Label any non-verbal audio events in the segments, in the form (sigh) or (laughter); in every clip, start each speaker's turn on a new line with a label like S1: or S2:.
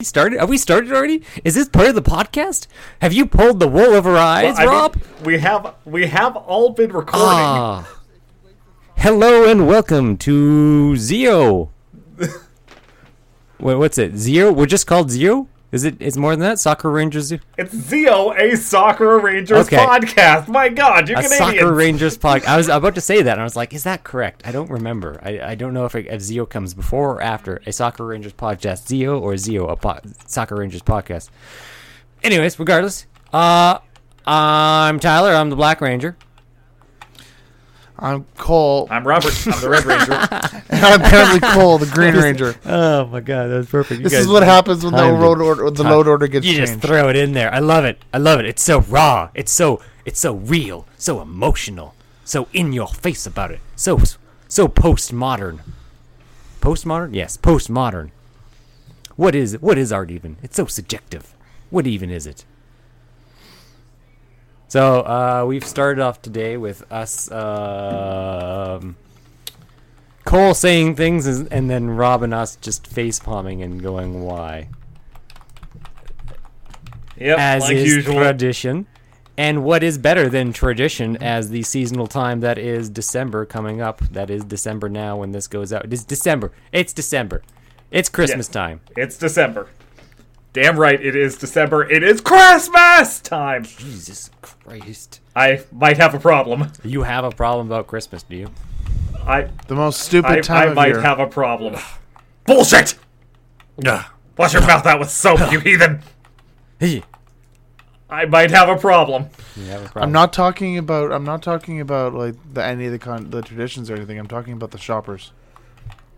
S1: started? Have we started already? Is this part of the podcast? Have you pulled the wool over our eyes,
S2: I mean,
S1: Rob?
S2: we have we have all been recording.
S1: Ah. Hello and welcome to
S2: (laughs)
S1: Zio. Wait, what's it? Zio? We're just called Zio? Is it? It's more than that. Soccer Rangers. Zio?
S2: It's Zio, a Soccer Rangers
S1: Okay.
S2: podcast. My God, you're
S1: A
S2: Canadian.
S1: Soccer Rangers podcast. I was about to say that, and I was like, "Is that correct?" I don't remember. I, I don't know if, if Zio comes before or after a Soccer Rangers podcast, Zio or Zio a po- Soccer Rangers podcast. Anyways, regardless, uh, I'm Tyler. I'm the Black Ranger.
S3: I'm
S1: (laughs)
S3: Cole. (laughs)
S2: I'm Robert. I'm the Red Ranger.
S3: and I'm currently Cole, the Green Ranger.
S1: Oh my god, that was perfect.
S3: This is what happens when the
S1: timed
S3: road
S1: it.
S3: order, the load order gets
S1: You just
S3: changed.
S1: throw it in there. I love it. I love it. It's so raw. It's so it's so real. So emotional. So in your face about it. So so postmodern. Postmodern? Yes, postmodern. What is what is art even? It's so subjective. What even is it? So uh, we've started off today with us um, Cole saying things and and then Rob and us just face palming and going why
S2: Yep,
S1: as
S2: like
S1: is
S2: usual.
S1: tradition. And what is better than tradition as the seasonal time that is December coming up? That is December now when this goes out. It is December. It's December. It's Christmas time.
S2: it's December. Damn right, it is December. It is Christmas time.
S1: Jesus Christ.
S2: I might have a problem.
S1: You have a problem about Christmas, do you? (laughs)
S2: I
S3: The most stupid
S2: I,
S3: time
S2: I
S3: of
S2: might
S3: year.
S2: have a problem. Bullshit! Wash your mouth out
S1: (sighs)
S2: with soap, you heathen.
S1: you
S2: I might have a problem.
S1: have a problem.
S3: I'm not talking about. I'm not talking about like the, any of the con- the traditions or anything. I'm talking about the shoppers.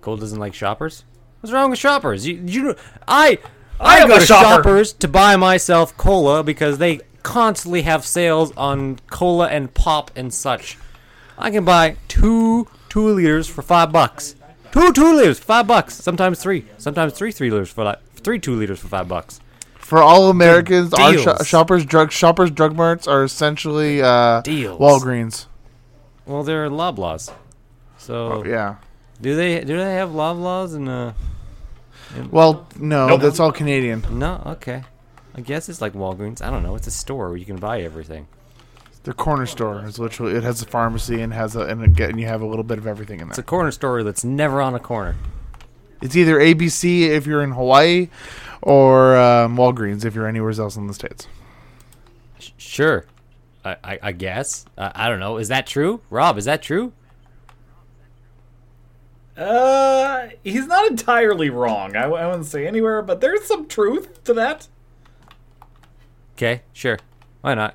S1: Cole doesn't like shoppers? What's wrong with shoppers? You, you, I,
S2: I
S1: I,
S2: am
S1: go
S2: a
S1: to
S2: shopper.
S1: shoppers to buy myself cola because they constantly have sales on cola and pop and such. I can buy two two liters for five bucks. Two two liters, five bucks. Sometimes three. Sometimes three three liters for like three two liters for five bucks.
S3: For all Americans, our sho-
S1: deals.
S3: shoppers drug shoppers drug marts are essentially uh,
S1: Deals.
S3: Walgreens.
S1: Well, they're Loblaws.
S2: Oh,
S1: So
S3: Yeah.
S1: do they do they have Loblaws and uh?
S3: Well, no,
S2: Nope.
S3: that's all Canadian.
S1: No, okay. I guess it's like Walgreens. I don't know. It's a store where you can buy everything.
S3: The corner store is literally it has a pharmacy and has a and, a, and you have a little bit of everything in
S1: It's a
S3: there.
S1: corner store that's never on a corner.
S3: It's either ABC if you're in Hawaii, or um, Walgreens if you're anywhere else in the states.
S1: Sh- Sure. I, I, I guess. Uh, I don't know. Is that true? Rob, is that true?
S2: Uh, he's not entirely wrong. I, I wouldn't say anywhere, but there's some truth to that.
S1: Okay, sure. Why not?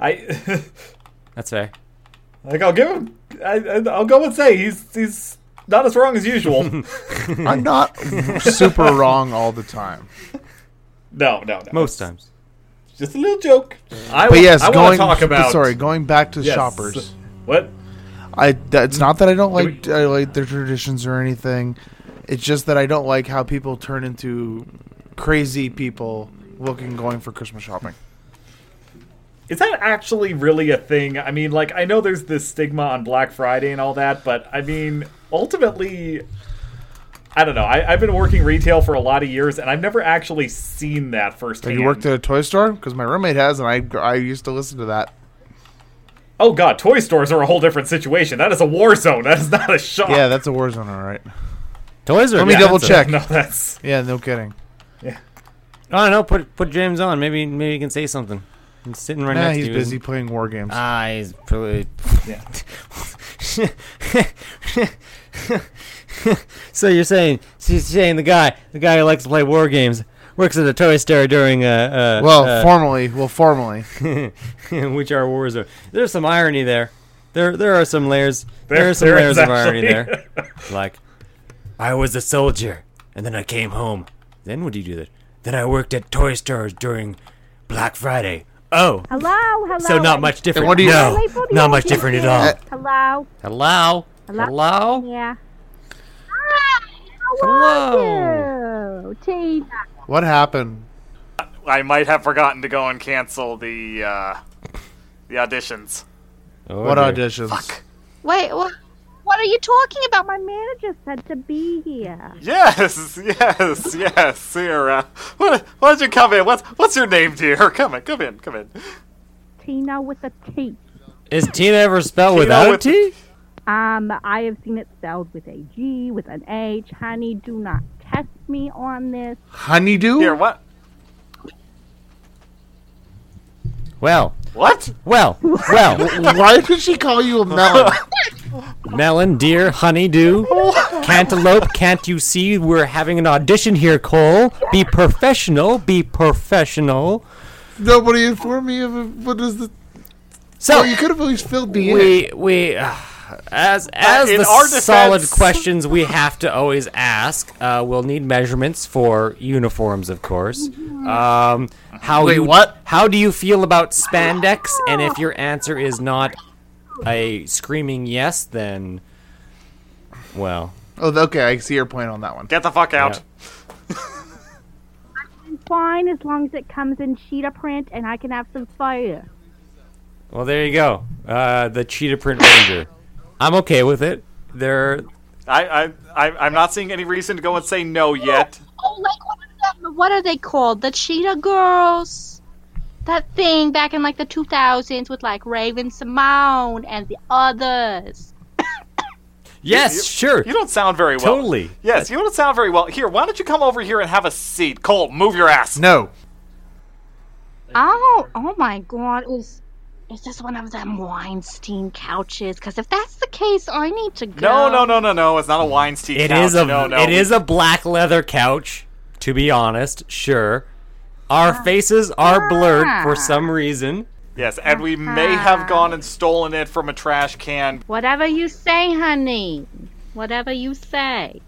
S2: I, (laughs)
S1: That's fair.
S2: like, I'll give him. I, I- I'll go and say he's he's not as wrong as usual.
S3: (laughs)
S2: Hmm. (laughs)
S3: I'm not super wrong all the time.
S2: no, no, no.
S1: Most times.
S2: just a little joke. I,
S3: But yes,
S2: I want to
S3: going
S2: talk about.
S3: (laughs) sorry, going back to
S2: Yes.
S3: shoppers.
S2: What?
S3: I that- it's not that I don't like I like their traditions or anything. It's just that I don't like how people turn into crazy people looking going for Christmas shopping.
S2: Is that actually really a thing? I mean, like, I know there's this stigma on Black Friday and all that, but I mean, ultimately, I don't know. I, I've been working retail for a lot of years, and I've never actually seen that
S3: Have
S2: firsthand.
S3: you worked at a toy store? Because my roommate has, and I I used to listen to that.
S2: Oh god, toy stores are a whole different situation. That is a war zone. That is not a shop.
S3: Yeah, that's a war zone, all right.
S1: Toys are
S3: Let me double
S1: expensive.
S3: check.
S2: (laughs) No, that's
S3: Yeah, no kidding.
S1: I don't know. Put put James on. Maybe maybe he can say something. He's sitting right
S3: Nah,
S1: next
S3: he's
S1: to you.
S3: busy playing war games.
S1: Ah, he's probably. (laughs)
S2: yeah.
S1: so you're saying, so you're saying the guy, the guy who likes to play war games, works at a toy store during uh, uh
S3: well,
S1: uh,
S3: formally, well, formally,
S1: (laughs) which are war zone. There's some irony there. There there are some layers. There,
S2: There-
S1: are some
S2: there is
S1: layers of irony
S2: (laughs) actually.
S1: there. like, I was a soldier, and then I came home. Then what do you do? That? Then I worked at toy stores during Black Friday. Oh,
S4: Hello, hello.
S1: so not much different.
S3: what do you-
S1: no,
S4: Wait for the
S1: not much
S4: audience
S1: different at
S4: here.
S1: all.
S4: Hello.
S1: Hello,
S4: Hello?
S1: hello.
S4: Yeah.
S1: Hello.
S4: Hello. Tina.
S3: what happened?
S5: I might have forgotten to go and cancel the uh, the auditions.
S1: Oh,
S3: What
S1: dear.
S3: auditions?
S6: Wait, what?
S7: What are you talking about? My manager said to be here.
S2: Yes, yes, yes, Sierra. What, why'd you come in? What's what's your name, dear? (laughs) Come in, come in, come in.
S7: Tina with a T.
S1: Is Tina ever spelled
S2: Tina
S1: without a
S2: with-
S1: T?
S7: Um, I have seen it spelled with a G, with an H. Honey, do not test me on this.
S3: Honeydew?
S2: Here, what?
S1: Well,
S2: What?
S1: well, well.
S3: Why did she call you
S1: (laughs)
S3: a melon?
S1: Melon, dear, honeydew, cantaloupe, can't you see we're having an audition here, Cole? Be professional, be professional.
S3: Nobody informed me of it. What is the?
S1: So,
S3: Oh, you could have at least filled me in. Uh,
S1: we we uh, as as
S2: in
S1: the
S2: our
S1: solid
S2: defense-
S1: questions we have to always ask uh, we'll need measurements for uniforms of course um, how
S3: Wait,
S1: you,
S3: what?
S1: how do you feel about spandex and if your answer is not a screaming yes then well
S3: Oh, okay. I see your point on that one.
S2: Get the fuck out.
S7: Fine, as long as it comes in cheetah print and I can have some fire.
S1: well there you go uh, the cheetah print ranger i'm okay with it there
S2: I, I, I, I'm not seeing any reason to go and say no yet.
S4: Oh, like what are, them, what are they called? The Cheetah Girls. That thing back in like the 2000s with like Raven Simone and the others.
S1: yes
S2: you-
S1: sure
S2: You don't sound very well.
S1: totally
S2: Yes, you don't sound very well. Here, why don't you come over here and have a seat? Cole, move your ass.
S3: No.
S4: Oh, oh my God! Is is this one of them Weinstein couches? Because if that's the case, I need to
S2: No,
S4: go.
S2: no, no, no, no. It's not a Weinstein
S1: It
S2: couch.
S1: is a
S2: no, no.
S1: it is a black leather couch. To be honest, sure. Our faces are blurred for some reason.
S2: Yes, and we may have gone and stolen it from a trash can.
S4: Whatever you say, honey. Whatever you say.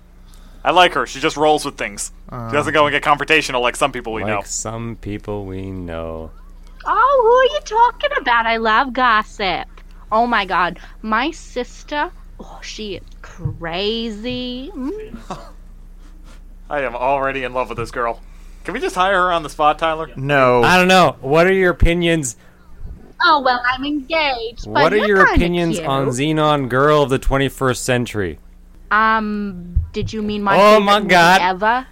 S2: I like her. She just rolls with things. she doesn't go and get confrontational like some people we
S1: Like
S2: know.
S1: some people we know.
S4: Oh, who are you talking about? I love gossip. Oh my god, my sister. Oh, she is crazy. Mm.
S2: I am already in love with this girl. Can we just hire her on the spot, Tyler?
S3: No.
S1: I don't know. What are your opinions?
S4: Oh well, I'm engaged. But
S1: What are
S4: you're
S1: your
S4: kinda
S1: opinions
S4: cute.
S1: on Xenon Girl of the 21st Century?
S4: Um, did you mean my?
S1: Oh
S4: favorite
S1: my
S4: movie
S1: God.
S4: Ever?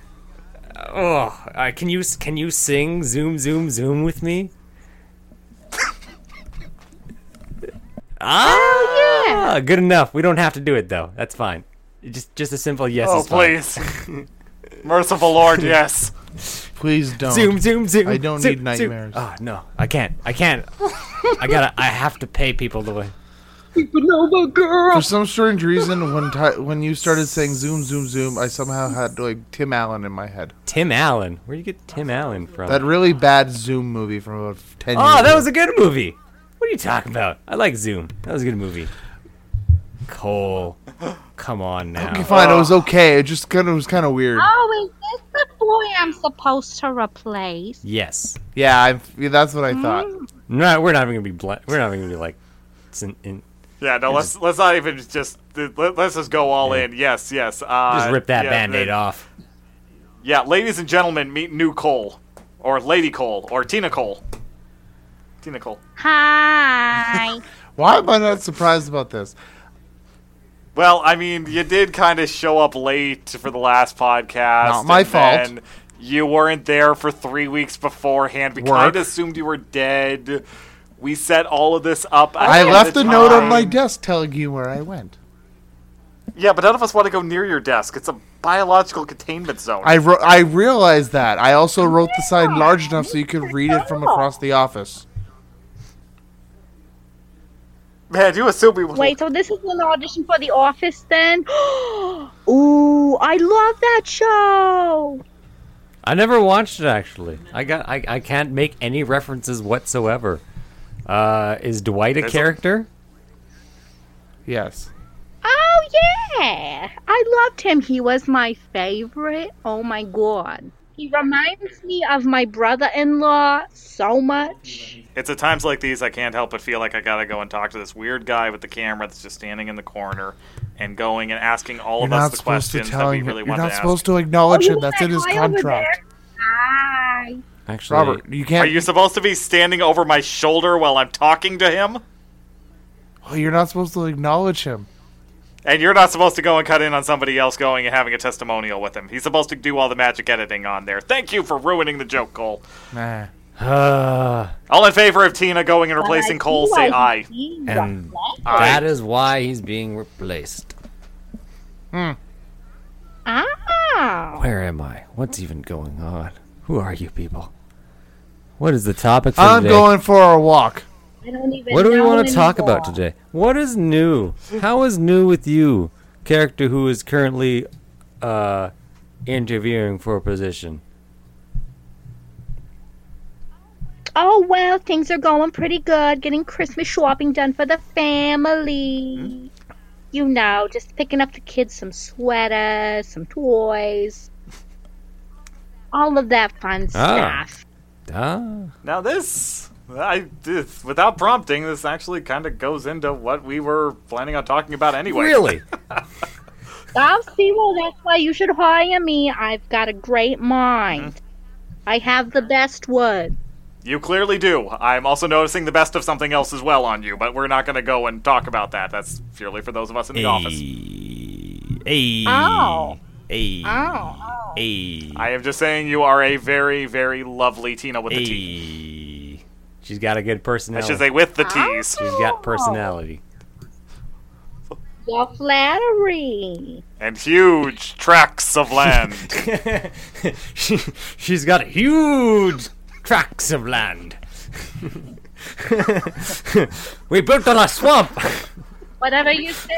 S1: Oh, uh, can you can you sing Zoom Zoom Zoom with me? ah,
S4: yeah.
S1: good enough. We don't have to do it though. That's fine. Just just a simple yes.
S2: Oh,
S1: is fine.
S2: please. Merciful Lord, yes.
S3: Please don't.
S1: Zoom, zoom, zoom.
S3: I don't
S1: zoom,
S3: need nightmares.
S1: Zoom. Oh no, I can't. I can't. I gotta. I have to pay people to win.
S3: For some strange reason, when Ty- when you started saying zoom, zoom, zoom, I somehow had like Tim Allen in my head.
S1: Tim Allen. Where you get Tim Allen from?
S3: That really bad Zoom movie from about ten. years
S1: oh, that
S3: ago.
S1: was a good movie. What are you talking about? I like Zoom. That was a good movie. Cole, come on now.
S3: Okay, fine. It was okay. It just kind of was kind of weird.
S1: Ah.
S4: Oh, is this the boy I'm supposed to replace?
S1: Yes.
S3: Yeah, I'm, yeah, that's what I thought.
S1: Mm. No, we're not even gonna be. Bl- we're not even gonna be like. it's in- in-
S2: Yeah, no, let's let's not even just let, us just go all in. Yes, yes. Uh,
S1: just rip that
S2: yeah,
S1: band-aid
S2: the-
S1: off.
S2: Yeah, ladies and gentlemen, meet new Cole, or Lady Cole, or Tina Cole. Tina Cole.
S1: (laughs)
S4: Hi.
S3: Why am I not surprised about this?
S2: Well, I mean, you did kind of show up late for the last podcast.
S3: Not my
S2: and
S3: fault.
S2: then You weren't there for three weeks beforehand. We
S3: Work.
S2: kind of assumed you were dead. We set all of this up.
S3: I left a
S2: the
S3: note on my
S2: time.
S3: desk telling you where I went.
S2: Yeah, but none of us want to go near your desk. It's a biological containment zone.
S3: I wrote. I realized that. I also wrote the sign large enough so you could read it from across the office.
S2: Man, you assume we would.
S7: Wait,
S4: so this is an audition for The Office then? (gasps) Ooh, I love that show.
S1: I never watched it actually. I got. I, I can't make any references whatsoever. Uh, is Dwight a
S2: There's a-
S1: character?
S3: Yes.
S4: Oh yeah, I loved him. He was my favorite. Oh my god, he reminds me of my brother-in-law so much.
S2: It's at times like these I can't help but feel like I gotta go and talk to this weird guy with the camera that's just standing in the corner and going and asking all
S3: You're
S2: of us
S3: not
S2: the
S3: supposed to
S2: questions
S3: tell
S2: that we
S3: him.
S2: really
S3: You're
S2: want to
S3: not
S2: ask.
S3: supposed to acknowledge
S4: Oh, you
S3: him.
S4: know
S3: That's
S4: that
S3: in his
S4: guy over
S3: contract.
S4: Hi.
S1: Actually,
S3: Robert, you
S2: Are
S3: can't.
S2: you supposed to be standing over my shoulder while I'm talking to him?
S3: oh, you're not supposed to acknowledge him.
S2: And you're not supposed to go and cut in on somebody else going and having a testimonial with him. He's supposed to do all the magic editing on there. Thank you for ruining the joke, Cole.
S3: Nah.
S1: Uh,
S2: All in favor of Tina going and replacing
S4: I
S2: Cole,
S4: do
S2: say
S4: like
S2: aye.
S4: being
S1: And-
S4: reflected.
S2: Aye.
S8: That is why he's being replaced.
S4: Ow.
S1: where am I? What's even going on? Who are you people? What is the topic for
S3: I'm
S1: today?
S3: going for a walk.
S4: I don't even
S1: What do we
S4: know
S1: want to talk about
S4: anymore.
S1: today? What is new? How is new with you, character who is currently uh, interviewing for a position?
S4: Oh well, things are going pretty good. Getting Christmas shopping done for the family. You know, just picking up the kids some sweaters, some toys, all of that fun
S1: Ah.
S4: stuff.
S1: Ah,
S2: Now this, I this, without prompting, this actually kind of goes into what we were planning on talking about
S1: (laughs)
S2: anyway.
S1: really?
S4: Oh, see, well, that's why you should hire me. I've got a great mind.
S1: Mm-hmm.
S4: I have the best wood.
S2: You clearly do. I'm also noticing the best of something else as well on you, but we're not going to go and talk about that. That's purely for those of us in the office.
S1: E.
S9: Hey.
S4: Ow.
S9: Hey.
S4: Oh,
S9: Hey.
S2: I am just saying you are a very, very lovely Tina with the T.
S9: Hey.
S1: She's got a good
S2: I
S1: personality.
S2: should say with the T's.
S1: She's
S4: Oh.
S1: got personality. (laughs)
S4: your flattery.
S2: And huge tracts of land.
S1: (laughs) she, she's got huge tracts of land. (laughs) we built on a swamp. (laughs)
S4: Whatever you say,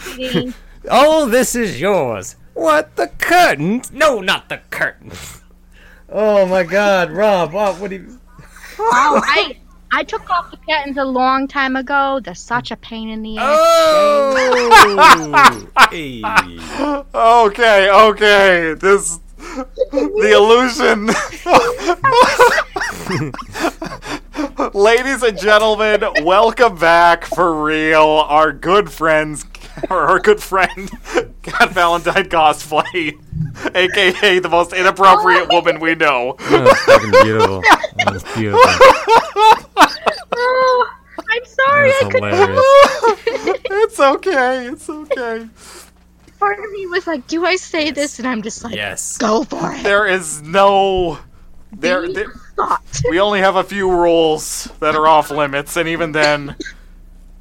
S4: sweetie.
S1: All Oh, this is yours. What the curtains? No, not the curtains. Oh my God, Rob! Rob, what do you?
S4: Oh, I I took off the curtains a long time ago. They're such a pain in the ass.
S1: Oh, (laughs) hey.
S2: okay, okay. This. The illusion. (laughs) Ladies and gentlemen, welcome back for real. Our good friends, or our good friend, (laughs) Cat Valentine Cosplay, aka the most inappropriate woman we know.
S1: That's fucking beautiful. That's beautiful.
S4: Oh, I'm sorry, I
S1: That's
S4: couldn't.
S1: hilarious.
S2: it's okay, it's okay.
S4: (laughs) Part of me was like, "Do I say this?" And I'm just like,
S1: Yes.
S4: "Go for it."
S2: There is no. There,
S4: Be
S2: there,
S4: thought.
S2: we only have a few rules that are off limits, and even then,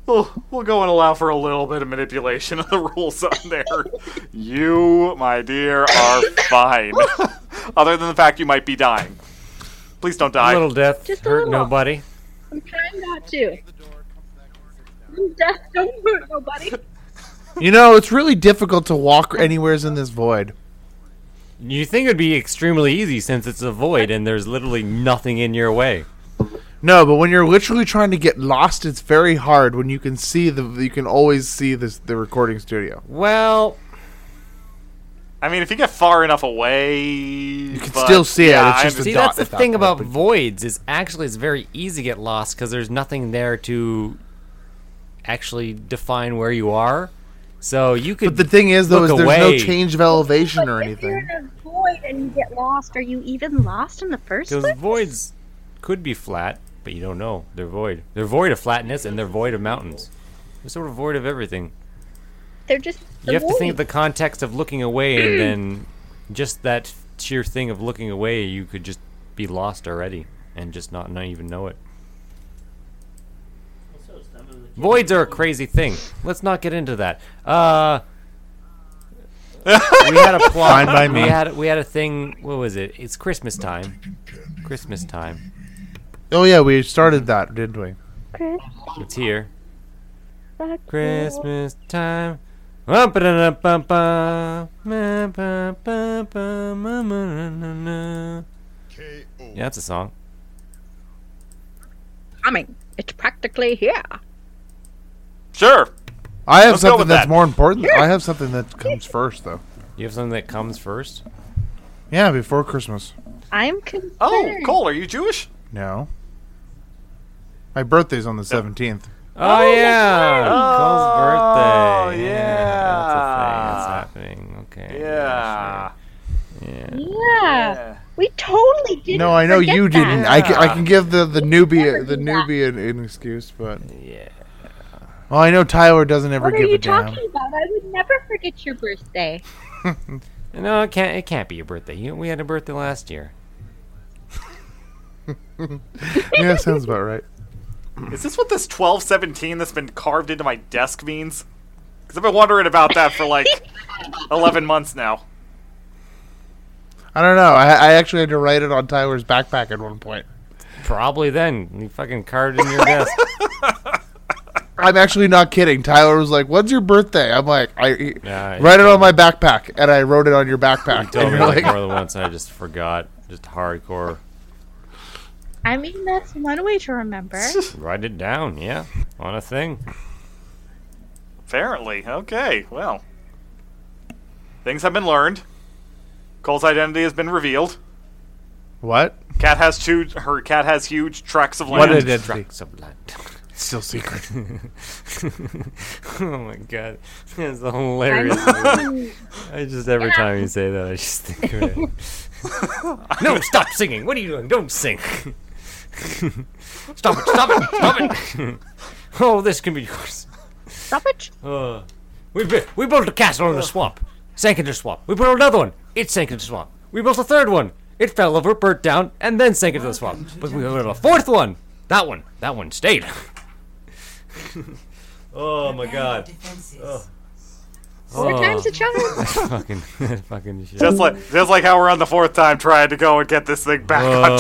S2: we'll, we'll go and allow for a little bit of manipulation of the rules on there. You, my dear, are fine. Other than the fact you might be dying. Please don't die.
S1: A little death
S4: Just a
S1: hurt
S4: little.
S1: nobody.
S4: I'm trying not to. Death don't hurt nobody.
S3: You know, it's really difficult to walk anywheres in this void.
S1: You think it'd be extremely easy since it's a void and there's literally nothing in your way.
S3: No, but when you're literally trying to get lost, it's very hard when you can see the you can always see this the recording studio.
S1: Well,
S2: I mean, if you get far enough away.
S3: You can still see it, it's just
S1: see,
S3: dot
S1: that's the
S3: at that
S1: thing
S3: point,
S1: about
S3: but-
S1: voids is actually it's very easy to get lost because there's nothing there to actually define where you are. So you could.
S3: But the thing is though
S1: Look
S3: is there's
S1: away.
S3: no change of elevation or
S4: If you're in
S3: anything.
S4: a void and you get lost, are you even lost in the first
S1: Because
S4: place?
S1: voids could be flat, but you don't know. They're void. They're void of flatness and they're void of mountains. They're sort of void of everything.
S4: They're just.
S1: You have to think of
S4: void.
S1: the context of looking away and then just that sheer thing of looking away, you could just be lost already and just not, not even know it. Voids are a crazy thing. Let's not get into that. Uh, we had a plot.
S3: Fine by me.
S1: We had we had a thing. What was it? It's Christmas time. Christmas time.
S3: Oh yeah, we started that, didn't we?
S1: It's here. Christmas time. Yeah, that's a song.
S4: coming. It's practically here.
S2: Sure.
S3: I have
S2: Let's go
S3: something
S2: with
S3: that's
S2: that.
S3: more important. I have something that comes first though.
S1: You have something that comes first?
S3: Yeah, before Christmas.
S4: I'm concerned.
S2: Oh, Cole, are you Jewish?
S3: No. My birthday's on the seventeenth.
S1: Oh, yeah! Cole's birthday.
S2: Oh, yeah.
S1: That's a thing. It's happening. Okay.
S2: Yeah.
S1: sure.
S4: Yeah.
S2: yeah.
S4: we totally didn't.
S3: No, I know
S4: forget
S3: you
S4: that.
S3: didn't. I can, I can give the, the
S4: never
S3: newbie the
S4: do that.
S3: newbie an, an excuse, but
S1: Yeah. Yeah.
S3: Well, I know Tyler doesn't ever
S4: What are
S3: give
S4: you
S3: a damn.
S4: talking about? I would never forget your (laughs) birthday.
S1: No, it can't. It can't be your birthday. You, we had a birthday last year.
S3: (laughs) Yeah, that sounds about right.
S2: Is this what this 1217 that's been carved into my desk means? Because I've been wondering about that for like 11 months now.
S3: I don't know. I, I actually had to write it on Tyler's backpack at one point.
S1: Probably then you fucking carved it in your
S2: (laughs)
S1: desk.
S3: I'm actually not kidding. Tyler was like, "When's your birthday?" I'm like, "I e-"
S1: Nah,
S3: write it on my backpack," and I wrote it on
S2: (laughs)
S3: your backpack.
S1: Told
S3: and
S1: me
S3: you're
S1: like
S3: like,
S1: more than once, and I just forgot. Just hardcore.
S4: I mean, that's one way to (laughs) remember.
S1: Write it down. Yeah, on a thing.
S2: Apparently. Okay, well. Things have been learned. Cole's identity has been revealed.
S3: "What?
S2: Cat has two. Her cat has huge tracts of
S3: What
S2: land.
S3: did it be?
S1: Tracks of land.
S3: Still secret."
S1: (laughs) oh my god, that's (laughs)
S7: I
S1: hilarious.
S7: mean,
S1: I just every time you say that, I just think of it. (laughs) no, stop singing. What are you doing? Don't (laughs) sing. stop it! Stop it! Stop it! (laughs) oh, this can be yours.
S4: Stop (laughs) it.
S1: Uh, we bu- we built a castle in the swamp. Sank in the swamp. We built another one. It sank in the swamp. We built a third one. It fell over, burnt down, and then sank into the swamp. But we built a fourth one. That one. That one stayed. (laughs) oh my god.
S4: Four
S1: Oh.
S4: times a (laughs) charm.
S1: fucking (laughs) fucking shit.
S2: Just like, just like how we're on the fourth time trying to go and get this thing back on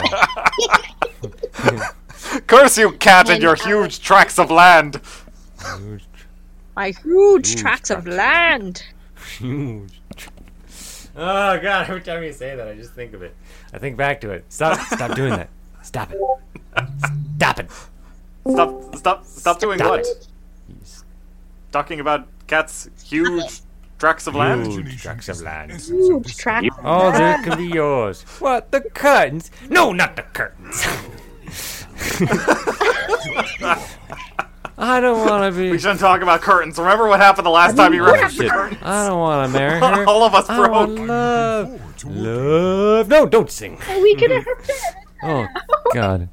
S2: track. (laughs) Curse you, cat, and your huge tracts of land.
S4: My huge tracts of land.
S1: huge. Oh god, every time you say that I just think of it. I think back to it. Stop stop doing that. Stop (laughs) it. Stop it.
S2: Stop! Stop! Stop doing
S1: Stop
S2: what?
S1: it.
S2: Talking about cats' huge tracts of land.
S1: Huge tracts of land.
S4: Huge tracts.
S1: Oh, there can be yours. What the curtains? No, not the curtains. I don't want to
S2: We
S1: be.
S2: shouldn't talk about curtains. Remember what happened the last time you referenced the
S1: Shit.
S2: curtain?
S1: I don't want to marry her.
S2: (laughs) All of us
S1: I want
S2: broke.
S1: love. Love. No, don't sing.
S4: We could have that.
S1: Oh
S2: (laughs)
S1: God.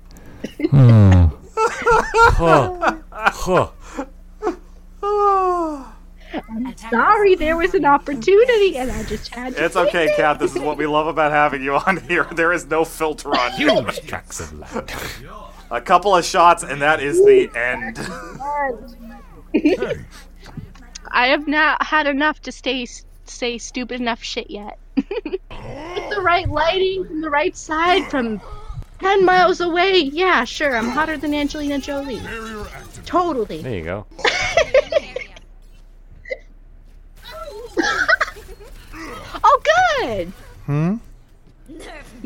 S1: Huh. Hmm. (laughs) Huh.
S7: sorry, there was an opportunity, and I just had to.
S2: It's okay, Cat. This is what we love about having you on (laughs) here. There is no filter on you.
S1: Huge tracts of land.
S2: A couple of shots, and that is the end. (laughs)
S4: I have not had enough to stay say stupid enough shit yet. (laughs) With the right lighting from the right side from ten miles away, yeah, sure, I'm hotter than Angelina Jolie. Totally.
S1: There you go.
S4: Oh, good. Hmm.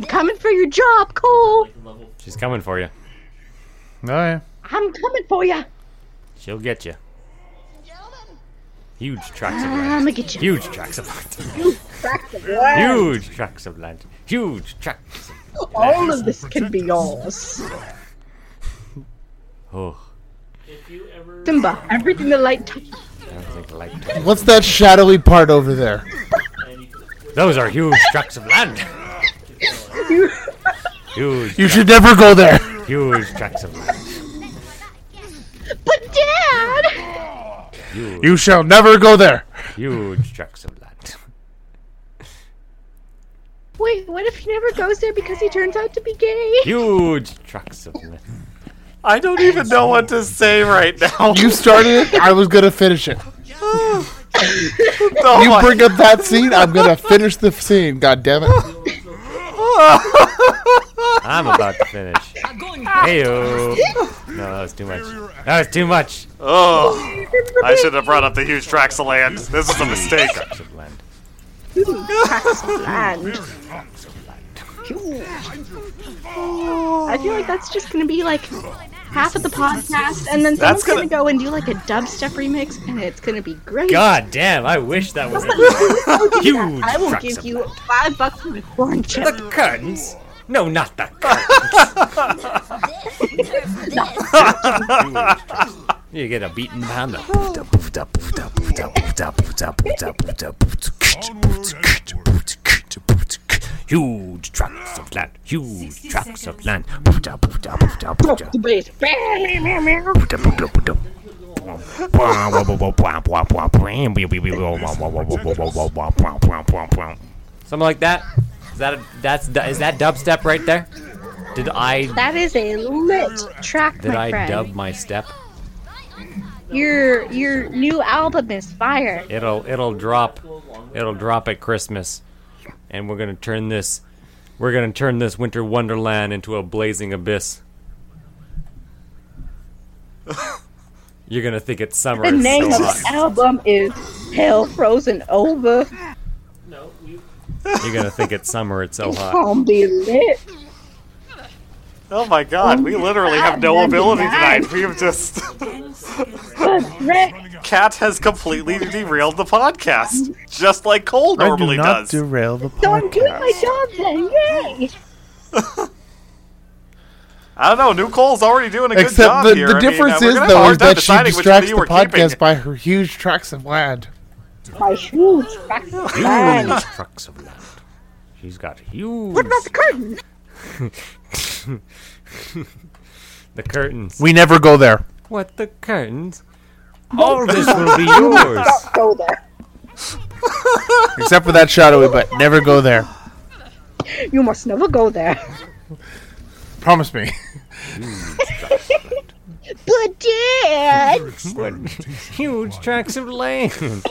S4: Coming for your job, Cole.
S1: She's coming for you.
S3: Oh yeah.
S4: I'm coming for ya.
S1: She'll get you. Huge tracts of
S4: I'm
S1: land.
S4: gonna get you.
S1: Huge tracts of land. Huge tracts of land. Huge tracts. Of...
S4: All of this can be yours.
S1: Oh,
S4: Simba, everything the light touches.
S1: everything like
S3: What's that shadowy part over there?
S1: those are huge tracts of land. Huge,
S3: You should never go there.
S1: huge tracts of land.
S4: But Dad!
S1: Huge,
S3: You shall never go there.
S1: huge tracts of land.
S4: Wait, what if he never goes there because he turns out to be gay?
S1: Huge tracts of land.
S2: I don't even know what to say right
S1: (laughs)
S2: now.
S3: You started it. I was gonna finish
S2: (laughs)
S3: it.
S2: Oh
S3: You
S2: my-
S3: bring up that scene. I'm gonna finish the scene. God damn it.
S1: I'm about to finish. Heyo. No, that was too much. That was too much.
S2: oh, I should have brought up the huge tracts of land. This is a mistake.
S1: Tracts of land.
S4: (laughs) And I feel like that's just gonna be like half of the podcast, and then
S2: That's gonna-
S4: someone's gonna... go and do like a dubstep remix, and it's gonna be great.
S1: God damn! I wish that was. Huge.
S4: I will
S1: tracts
S4: give
S1: of
S4: you five bucks for the corn chip.
S1: The curtains? No, not the curtains. you get a beaten pound of huge tracts of land, huge tracts of land.
S4: Debate.
S1: Something like that. Is that a, that's du- is that dubstep right there? Did I
S4: That is a lit track,
S1: did
S4: my
S1: I
S4: friend.
S1: dub my step?
S4: Your your new album is fire.
S1: It'll it'll drop it'll drop at Christmas, and we're gonna turn this we're gonna turn this winter wonderland into a blazing abyss. You're gonna think it's summer.
S4: The
S1: it's so
S4: name of
S1: hot.
S4: the album is Hell Frozen Over. It's
S1: You're gonna think it's summer. It's so hot.
S4: gonna be lit.
S2: Oh my god, we literally have no ability tonight. We have just.
S4: But Rick,
S2: Cat has completely derailed the podcast, just like Cole
S3: I do
S2: normally
S3: not
S2: does.
S3: derail the
S4: don't do
S3: podcast.
S4: my job then, yay!
S2: I don't know. New Cole's already doing a good
S3: Except
S2: job
S3: the,
S2: here.
S3: the
S2: I mean,
S3: difference
S2: uh, we're
S3: is
S2: gonna have a
S3: though
S2: hard
S3: is
S2: time
S3: that she
S2: deciding which one
S3: distracts
S2: you
S3: the
S2: were keeping.
S3: podcast by her huge tracks of land.
S4: My shoes, back behind.
S10: Huge trucks of land. She's got huge.
S4: the curtain.
S1: (laughs) The curtains.
S3: We never go there.
S1: What the curtains? All (laughs) this will be yours.
S4: Go there.
S3: Except for that shadowy but never go there.
S4: You must never go there.
S3: Promise me.
S4: But Dad,
S1: Huge tracts of
S4: (laughs)
S1: land.
S4: I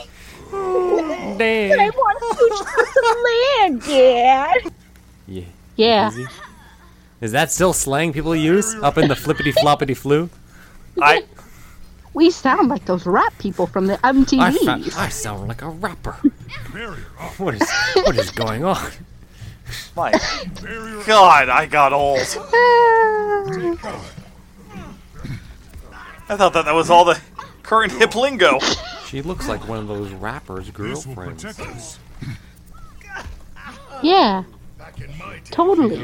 S1: Damn.
S4: want to the land, Dad.
S1: Yeah.
S4: Yeah.
S1: Is that still slang people use up in the flippity floppity flu?
S2: I,
S7: We sound like those rap people from the
S1: I,
S7: MTVs.
S1: fa- I sound like a rapper. (laughs) What is what is going on?
S2: my God, I got old. I thought that that was all the current hip lingo.
S1: She looks like one of those rappers' girlfriends.
S7: yeah. Totally.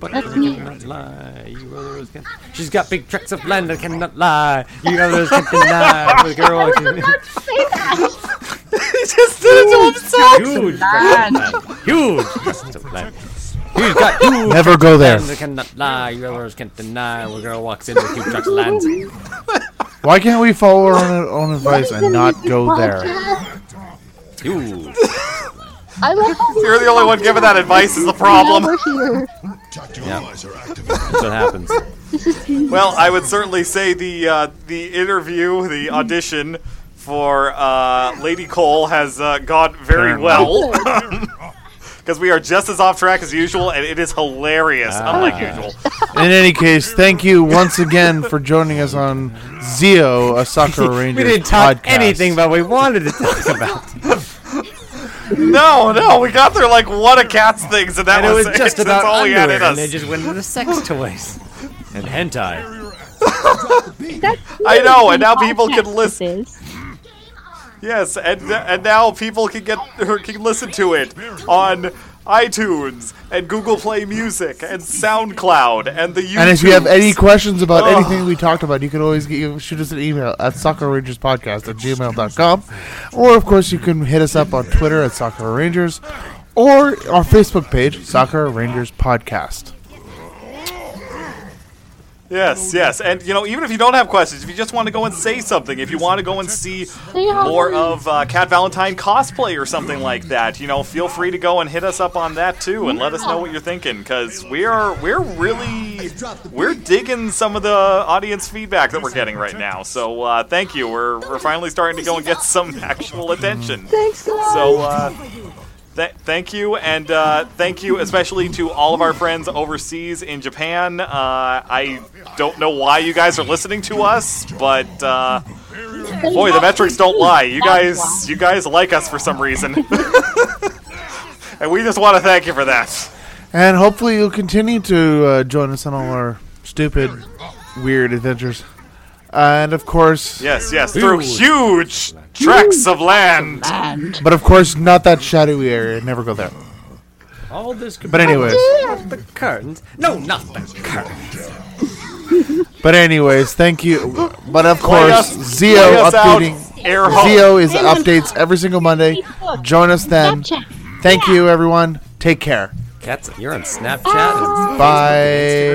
S1: But
S7: That's
S1: you
S7: me.
S1: cannot lie. You others can- She's got big tracts of land that cannot lie. You others can (laughs) deny. The girl can- (laughs)
S2: He just did it to himself.
S1: huge tracts of land. Huge tracts of land. She's got huge
S3: Never go there.
S1: land that cannot lie. You others can't deny. The girl walks in with huge tracts of land.
S3: Why can't we follow our own, own advice and not go there?
S1: Huge.
S7: I love how we
S2: You're the only one giving that advice is the problem.
S7: are here.
S1: That's what happens.
S2: Well, I would certainly say the uh, the interview, the audition for uh, Lady Cole has uh, gone very well. (laughs) Because we are just as off track as usual, and it is hilarious,
S1: Ah.
S2: unlike usual.
S3: In any case, thank you once again for joining us on Zio, a (laughs) Soccer Rangers
S1: We didn't talk
S3: podcast.
S1: anything, but we wanted to talk (laughs) about.
S2: No, no, we got there like one of Cat's things, and that
S1: And it was
S2: it.
S1: just
S2: That's
S1: about
S2: all he had
S1: underwear,
S2: in
S1: and they
S2: us.
S1: just went into the sex toys and hentai.
S2: I know, and now people can listen.
S7: This is-
S2: Yes, and and now people can get or can listen to it on iTunes and Google Play Music and SoundCloud and the YouTube.
S3: And if you have any questions about
S2: Ugh.
S3: anything we talked about, you can always get, you shoot us an email at soccerrangerspodcast at gmail.com. Or, of course, you can hit us up on Twitter at Soccer Rangers or our Facebook page, Soccer Rangers Podcast.
S2: Yes, yes, and you know, even if you don't have questions, if you just want to go and say something, if you want to go and see more of uh, Cat Valentine cosplay or something like that, you know, feel free to go and hit us up on that too, and let us know what you're thinking, because we are we're really we're digging some of the audience feedback that we're getting right now. So uh, thank you, we're we're finally starting to go and get some (laughs) actual attention. Thanks, so. Uh, Th- thank you, and uh, thank you especially to all of our friends overseas in Japan. Uh, I don't know why you guys are listening to us, but uh, boy, the metrics don't lie. You guys, you guys like us for some reason, (laughs) and we just want to thank you for that.
S3: And hopefully, you'll continue to uh, join us on all our stupid, weird adventures. And, of course,
S2: Yes, yes, through huge tracts of land.
S3: but of course, not that shadowy area. Never go there.
S1: All this could
S3: But, anyways.
S1: the curtains. No, not the curtains.
S3: But anyways, thank you. But of course,
S2: us-
S3: Zio
S2: play us out,
S3: updating.
S2: air hole.
S3: Zio is updates every single Monday. Join us then. Thank you, everyone. Take care. Oh.
S1: Cats, you're on Snapchat. and
S3: Bye.